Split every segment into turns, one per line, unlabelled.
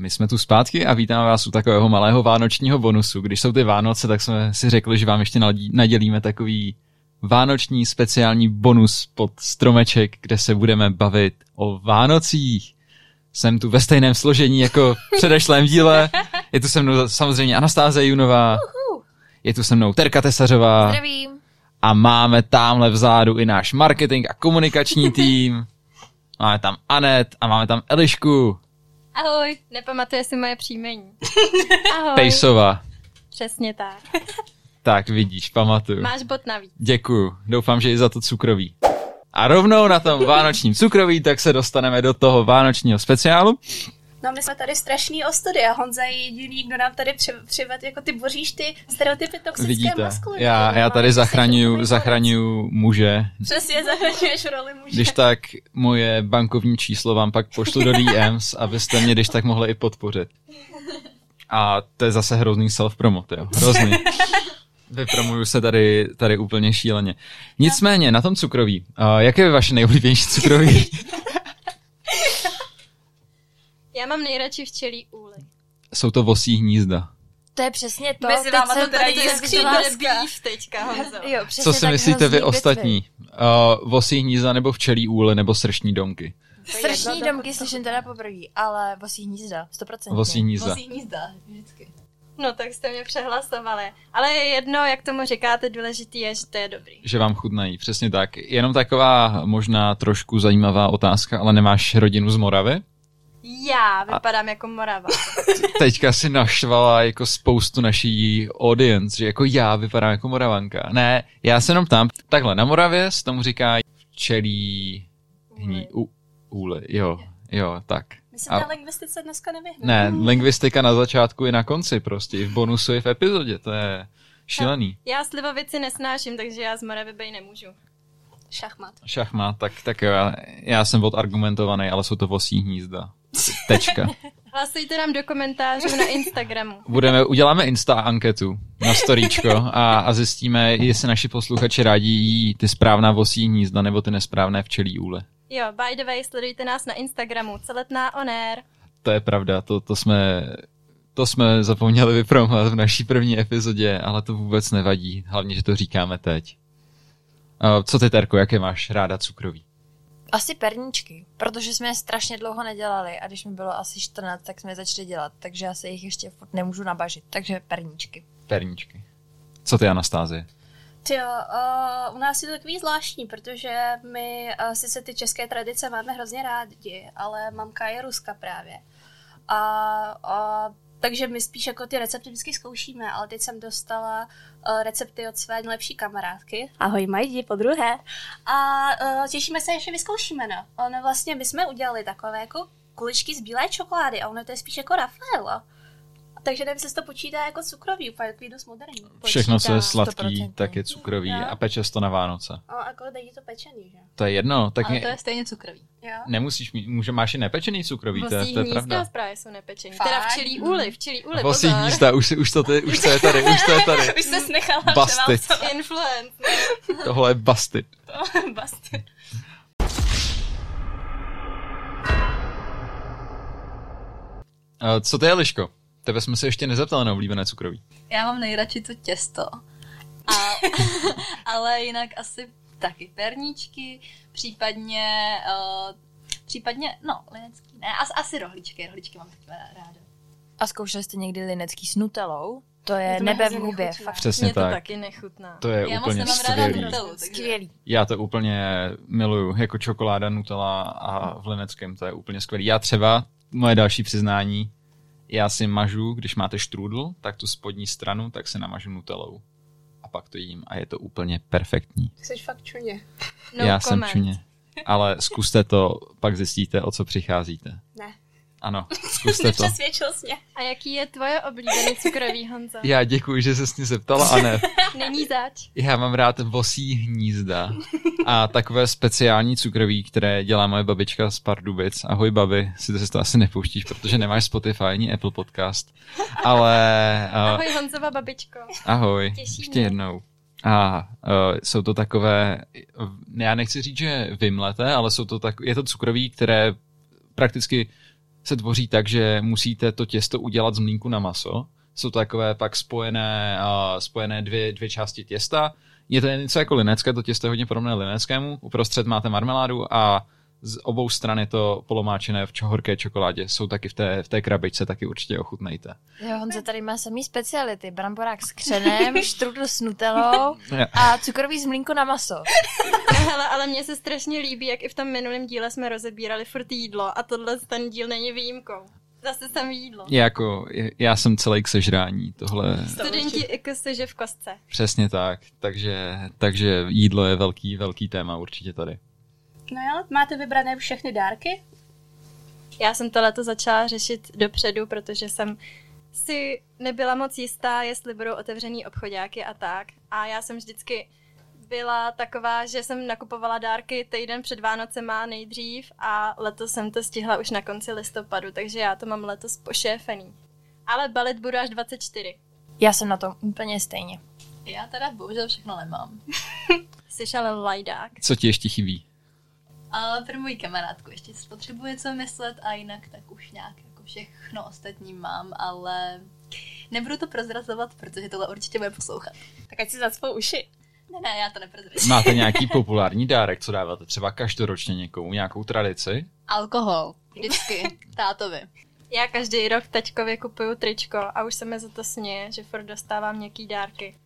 My jsme tu zpátky a vítáme vás u takového malého vánočního bonusu. Když jsou ty Vánoce, tak jsme si řekli, že vám ještě nadí- nadělíme takový vánoční speciální bonus pod stromeček, kde se budeme bavit o Vánocích. Jsem tu ve stejném složení jako v předešlém díle. Je tu se mnou samozřejmě Anastáze Junová, je tu se mnou Terka Tesařová
Zdravím.
a máme tamhle vzadu i náš marketing a komunikační tým. Máme tam Anet a máme tam Elišku
Ahoj. Nepamatuje si moje příjmení. Ahoj.
Pejsova.
Přesně tak.
Tak vidíš, pamatuju.
Máš bod navíc.
Děkuju, doufám, že i za to cukroví. A rovnou na tom vánočním cukroví, tak se dostaneme do toho vánočního speciálu.
No my jsme tady strašný ostudy a Honza je jediný, kdo nám tady při- přivedl jako ty boříš ty stereotypy toxické
Vidíte,
maskulinity.
já, já
No,
tady
jsi
zachraňuju,
takový
zachraňuju muže.
konec. Přesně, zachraňuješ roli muže.
Když tak moje bankovní číslo vám pak pošlu do DMs, abyste mě když tak mohli i podpořit. A to je zase hrozný self-promote, jo. Hrozný. Vypromuju se tady, tady úplně šíleně. Nicméně, na tom cukroví. Uh, jaké je vaše nejoblíbenější cukroví?
Já mám nejradši včelí úly.
Jsou to vosí hnízda.
To je přesně to.
Mezi náma to teda
No, teď
je
jsem
skříň
viděla-
dneska.
teďka, Honzo.
Jo, přesně
Co si
tak
myslíte
hrozný
vy
bitvy.
ostatní? Uh, vosí hnízda nebo včelí úly nebo srční domky?
Srční domky slyším teda poprvé, ale vosí hnízda, 100%.
Vosí hnízda.
Vozí hnízda, vždycky.
No tak jste mě přehlasovali. Ale je jedno, jak tomu říkáte, důležitý je, že to je dobrý.
Že vám chutnají, přesně tak. Jenom taková možná trošku zajímavá otázka, ale nemáš rodinu z Moravy?
Já vypadám jako Morava.
Teďka si naštvala jako spoustu naší audience, že jako já vypadám jako Moravanka. Ne, já se jenom ptám. Takhle, na Moravě se tomu říká včelí hní... u- Úly, jo, jo, tak.
My se
A-
té lingvistice dneska nevyhneme.
Ne, lingvistika na začátku i na konci prostě, i v bonusu, i v epizodě, to je šílený.
Já slivovici nesnáším, takže já z Moravy být nemůžu.
Šachmat.
Šachmat, tak, tak jo, já, já jsem odargumentovaný, ale jsou to vosí hnízda. Tečka.
Hlasujte nám do komentářů na Instagramu.
Budeme, uděláme Insta anketu na storíčko a, a zjistíme, jestli naši posluchači rádi jí ty správná vosí hnízda nebo ty nesprávné včelí úle.
Jo, by the way, sledujte nás na Instagramu, celetná onér.
To je pravda, to, to jsme to jsme zapomněli vypromovat v naší první epizodě, ale to vůbec nevadí, hlavně, že to říkáme teď. A Co ty, Terko, jaké máš ráda cukroví?
Asi perničky, protože jsme je strašně dlouho nedělali a když mi bylo asi 14, tak jsme je začali dělat, takže já se jich ještě furt nemůžu nabažit, takže perničky.
Perničky. Co ty, Anastázie?
Ty jo, uh, u nás je to takový zvláštní, protože my uh, sice ty české tradice máme hrozně rádi, ale mamka je ruska právě. A, uh, takže my spíš jako ty recepty vždycky zkoušíme, ale teď jsem dostala uh, recepty od své nejlepší kamarádky. Ahoj Majdi, po druhé. A uh, těšíme se, až je vyzkoušíme, no. Ono vlastně, my jsme udělali takové jako kuličky z bílé čokolády a ono to je spíš jako Rafaela. Takže nevím, jestli se to počítá jako cukroví, úplně takový dost moderní.
Všechno, co je
Počítá,
sladký,
100%.
tak je cukrový
Jo.
a peče to na Vánoce.
A jako dají to pečený, že?
To je jedno, tak
Ale
mě,
to je stejně cukrový.
Jo.
nemusíš mít, může, máš i nepečený cukrový, to, je-
Vosí
to je
hnízda
pravda.
právě jsou nepečení.
Fakt?
Teda včelí úly, včelí úly,
Vosí
pozor.
hnízda, už, si- už, to ty, už to je tady, už to je tady.
Už se nechala
Basty.
Influence.
Tohle je basty.
Basty.
A Eh, Co ty, Eliško? Tebe jsme se ještě nezeptali na oblíbené cukroví.
Já mám nejradši to těsto. A, ale jinak asi taky perníčky, případně, uh, případně, no, linecký, ne, as, asi rohličky, rohličky mám taky ráda.
A zkoušeli jste někdy linecký s nutelou? To je
To mě
nebe v
hrozně
hubě,
nechutná.
fakt
Přesně
Mě to
tak.
taky nechutná.
To je
Já moc
úplně
nemám ráda
skvělý.
nutelu, takže
skvělý.
Já to úplně miluju, jako čokoláda, nutella a v Lineckém, to je úplně skvělý. Já třeba, moje další přiznání, já si mažu, když máte štrůdl, tak tu spodní stranu, tak se namažu nutelou. A pak to jím a je to úplně perfektní.
Jsi fakt čuně.
No
já
comment.
jsem čuně. Ale zkuste to, pak zjistíte, o co přicházíte.
Ne.
Ano, zkuste to.
Nepřesvědčil jsi mě.
A jaký je tvoje oblíbený cukrový, Honzo?
Já děkuji, že se s ní zeptala, a ne.
Není zač.
Já mám rád vosí hnízda a takové speciální cukroví, které dělá moje babička z Pardubic. Ahoj babi, si to, si to asi nepouštíš, protože nemáš Spotify ani Apple Podcast. Ale uh,
Ahoj Honzova babičko.
ahoj,
Těší
ještě
mě.
jednou. A uh, jsou to takové, já nechci říct, že vymleté, ale jsou to tak, je to cukroví, které prakticky se tvoří tak, že musíte to těsto udělat z mlínku na maso. Jsou to takové pak spojené, uh, spojené dvě, dvě části těsta. Je to něco jako linecké, to těsto je hodně podobné lineckému. Uprostřed máte marmeládu a z obou stran je to polomáčené v horké čokoládě. Jsou taky v té, v té krabičce, taky určitě ochutnejte.
Jo, Honza tady má samý speciality. Bramborák s křenem, štrudl s nutelou
Jo.
a cukrový zmlínko na maso.
No Hele, ale mně se strašně líbí, jak i v tom minulém díle jsme rozebírali furt jídlo a tohle ten díl není výjimkou. Zase samý jídlo.
Je Jako, je- já jsem celý k sežrání, tohle
Studenti jako seže v kostce.
přesně tak. Takže, takže jídlo je velký, velký téma určitě tady.
No jo, máte vybrané všechny dárky?
Já jsem to leto začala řešit dopředu, protože jsem si nebyla moc jistá, jestli budou otevřený obchodáky a tak. A já jsem vždycky byla taková, že jsem nakupovala dárky týden před Vánocema nejdřív a letos jsem to stihla už na konci listopadu, takže já to mám letos pošéfený. Ale balit budu až 24.
Já jsem na tom úplně stejně.
Já teda bohužel všechno nemám.
Jsi ale lajdák.
Co ti ještě chybí?
Ale pro moji kamarádku ještě spotřebuje co myslet a jinak tak už nějak jako všechno ostatní mám, ale nebudu to prozrazovat, protože tohle určitě bude poslouchat.
Tak ať si zacpou uši.
Ne, ne, já to neprozrazím.
Máte nějaký populární dárek, co dáváte třeba každoročně někomu, nějakou tradici?
Alkohol. Vždycky. Tátovi.
Já každý rok teďkově kupuju tričko a už se mi za to sněje, že furt dostávám nějaký dárky.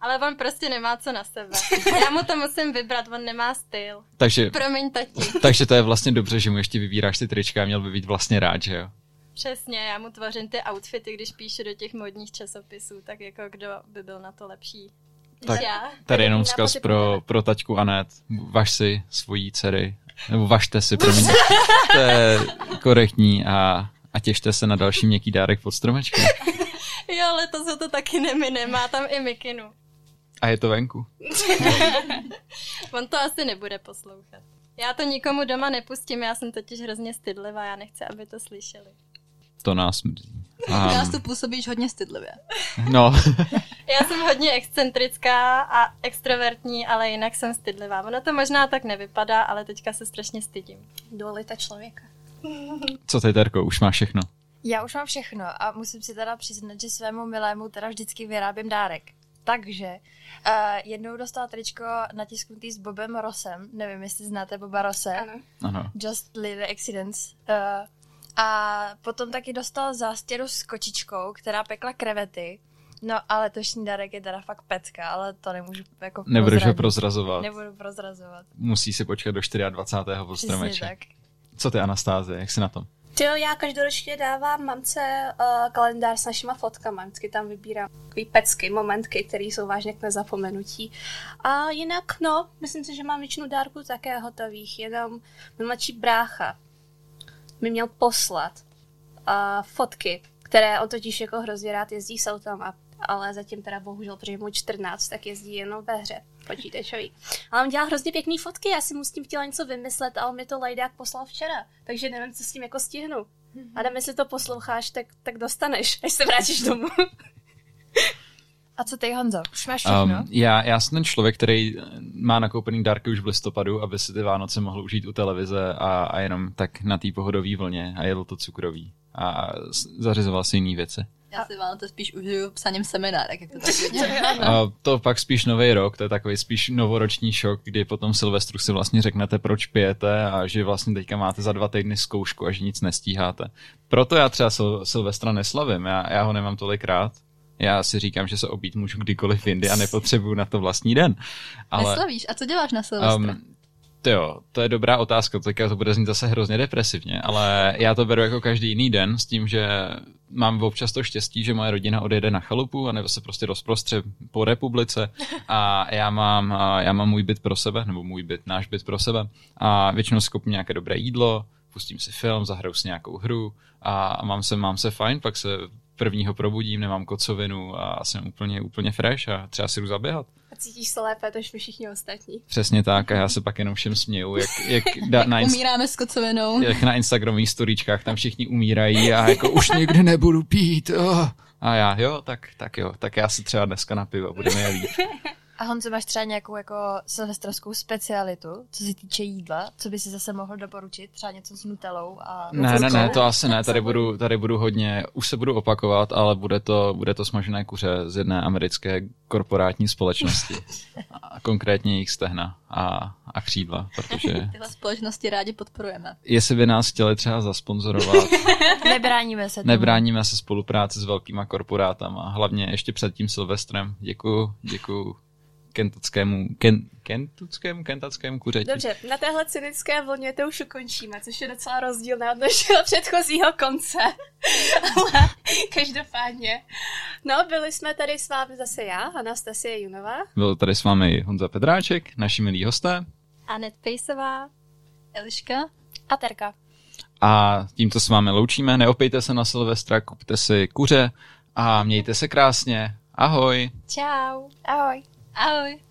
Ale on prostě nemá co na sebe. Já mu to musím vybrat, on nemá styl.
Takže,
Promiň, tati.
takže to je vlastně dobře, že mu ještě vybíráš ty trička a měl by být vlastně rád, že jo?
Přesně, já mu tvořím ty outfity, když píšu do těch modních časopisů, tak jako kdo by byl na to lepší.
Tak.
Tak. Já.
Tady
Tady
jenom
na
vzkaz
poty
pro,
podávat.
pro taťku Anet. Važ si svojí dcery. Nebo važte si, promiň. To je korektní a, a těšte se na další měkký dárek pod stromečkem.
Jo, letos ho to taky nemine, má tam i mikinu.
A je to venku.
On to asi nebude poslouchat. Já to nikomu doma nepustím, já jsem totiž hrozně stydlivá, já nechci, aby to slyšeli.
To nás mrzí.
Um.
A,
Nás tu působíš hodně stydlivě.
no,
Já jsem hodně excentrická a extrovertní, ale jinak jsem stydlivá. Ono to možná tak nevypadá, ale teďka se strašně stydím.
Dualita člověka.
co ty, Terko, už máš všechno.
Já už mám všechno a musím si teda přiznat, že svému milému teda vždycky vyrábím dárek. Takže uh, jednou dostala tričko natisknutý s Bobem Rosem, nevím, jestli znáte Boba Rose.
Ano.
Ano.
Just Little Accidents. Uh, a potom taky dostal zástěru s kočičkou, která pekla krevety. No a letošní darek je teda fakt pecka, ale to nemůžu jako
Nebudeš ho
prozradit.
prozrazovat.
Nebudu prozrazovat.
Musí si počkat do 24. pod
Přesně
stromeček.
tak.
Co ty, Anastáze, jak jsi na tom?
Ty jo, já každoročně dávám mamce uh, kalendář s našima fotkama, vždycky tam vybírám takový pecky, momentky, které jsou vážně k nezapomenutí. A jinak, no, myslím si, že mám většinu dárků také hotových, jenom můj mladší brácha mi měl poslat uh, fotky, které on totiž jako hrozně rád jezdí s autama, ale zatím teda bohužel, protože je mu 14, tak jezdí jenom ve hře počítačový. Ale on dělá hrozně pěkný fotky, já jsem mu s tím chtěla něco vymyslet a on mi to lajdák poslal včera, takže nevím, co s tím jako stihnu. Adam, jestli to posloucháš, tak, tak dostaneš, až se vrátíš domů.
A co ty, Honzo? Už máš všechno?
Um, já, já jsem ten člověk, který eh, má nakoupený dárky už v listopadu, aby si ty Vánoce mohl užít u televize a, a jenom tak na té pohodové vlně a jedl to cukroví a s- zařizoval si jiný věci.
Já si vám to spíš užiju psaním seminárek, jak to tak vidím.
A to pak spíš nový rok, to je takový spíš novoroční šok, kdy potom Silvestru si vlastně řeknete, proč pijete a že vlastně teďka máte za dva týdny zkoušku a že nic nestíháte. Proto já třeba Sil- Silvestra neslavím, já, já ho nemám tolik rád. Já si říkám, že se obít můžu kdykoliv jindy a nepotřebuju na to vlastní den. Ale...
Neslavíš? A co děláš na Silvestra? Um,
Ehm, to jo, to je dobrá otázka, teďka to bude znít zase hrozně depresivně, ale já to beru jako každý jiný den s tím, že mám občas to štěstí, že moje rodina odjede na chalupu a nebo se prostě rozprostře po republice a já mám, a já mám můj byt pro sebe, nebo můj byt, náš byt pro sebe a většinou si koupím nějaké dobré jídlo, pustím si film, zahraju si nějakou hru a mám se, mám se fajn, pak se prvního probudím, nemám kocovinu a jsem úplně, úplně fresh a třeba si jdu zaběhat.
A cítíš se lépe, než my všichni ostatní.
Přesně tak a já se pak jenom všem směju, jak, jak, da, na, inst-
Umíráme s kocovinou.
jak na Instagramových storíčkách tam všichni umírají a jako už nikdy nebudu pít. Oh. A já, jo, tak, tak jo, tak já si třeba dneska na pivo budeme jít.
A Honzo, máš třeba nějakou jako silvestrovskou specialitu, co se týče jídla, co by si zase mohl doporučit? Třeba něco s nutelou a...
Ne, ne, ne, No, to asi ne, tady budu, tady budu hodně, už se budu opakovat, ale bude to, bude to smažené kuře z jedné americké korporátní společnosti. A konkrétně jejich stehna a, a křídla, protože
Tyhle společnosti rádi podporujeme.
jestli by nás chtěli třeba zasponzorovat,
Nebráníme se tomu.
nebráníme se spolupráci s velkýma korporátama, hlavně ještě před tím Silvestrem. Děkuju, děkuju kentuckému, ken, kentuckému, kentuckému kuřeti.
Dobře, na téhle cynické vlně to už ukončíme, což je docela rozdílné od našeho předchozího konce. Ale každopádně. No, byli jsme tady s vámi zase já, Anastasie Junová.
Byl tady s vámi Honza Pedráček, naši milí hosté.
Anet Pejsová.
Eliška?
A Terka.
A tímto se vámi loučíme. Neopejte se na Silvestra, kupte si kuře a mějte se krásně. Ahoj.
Čau.
Ahoj.
Ahoj.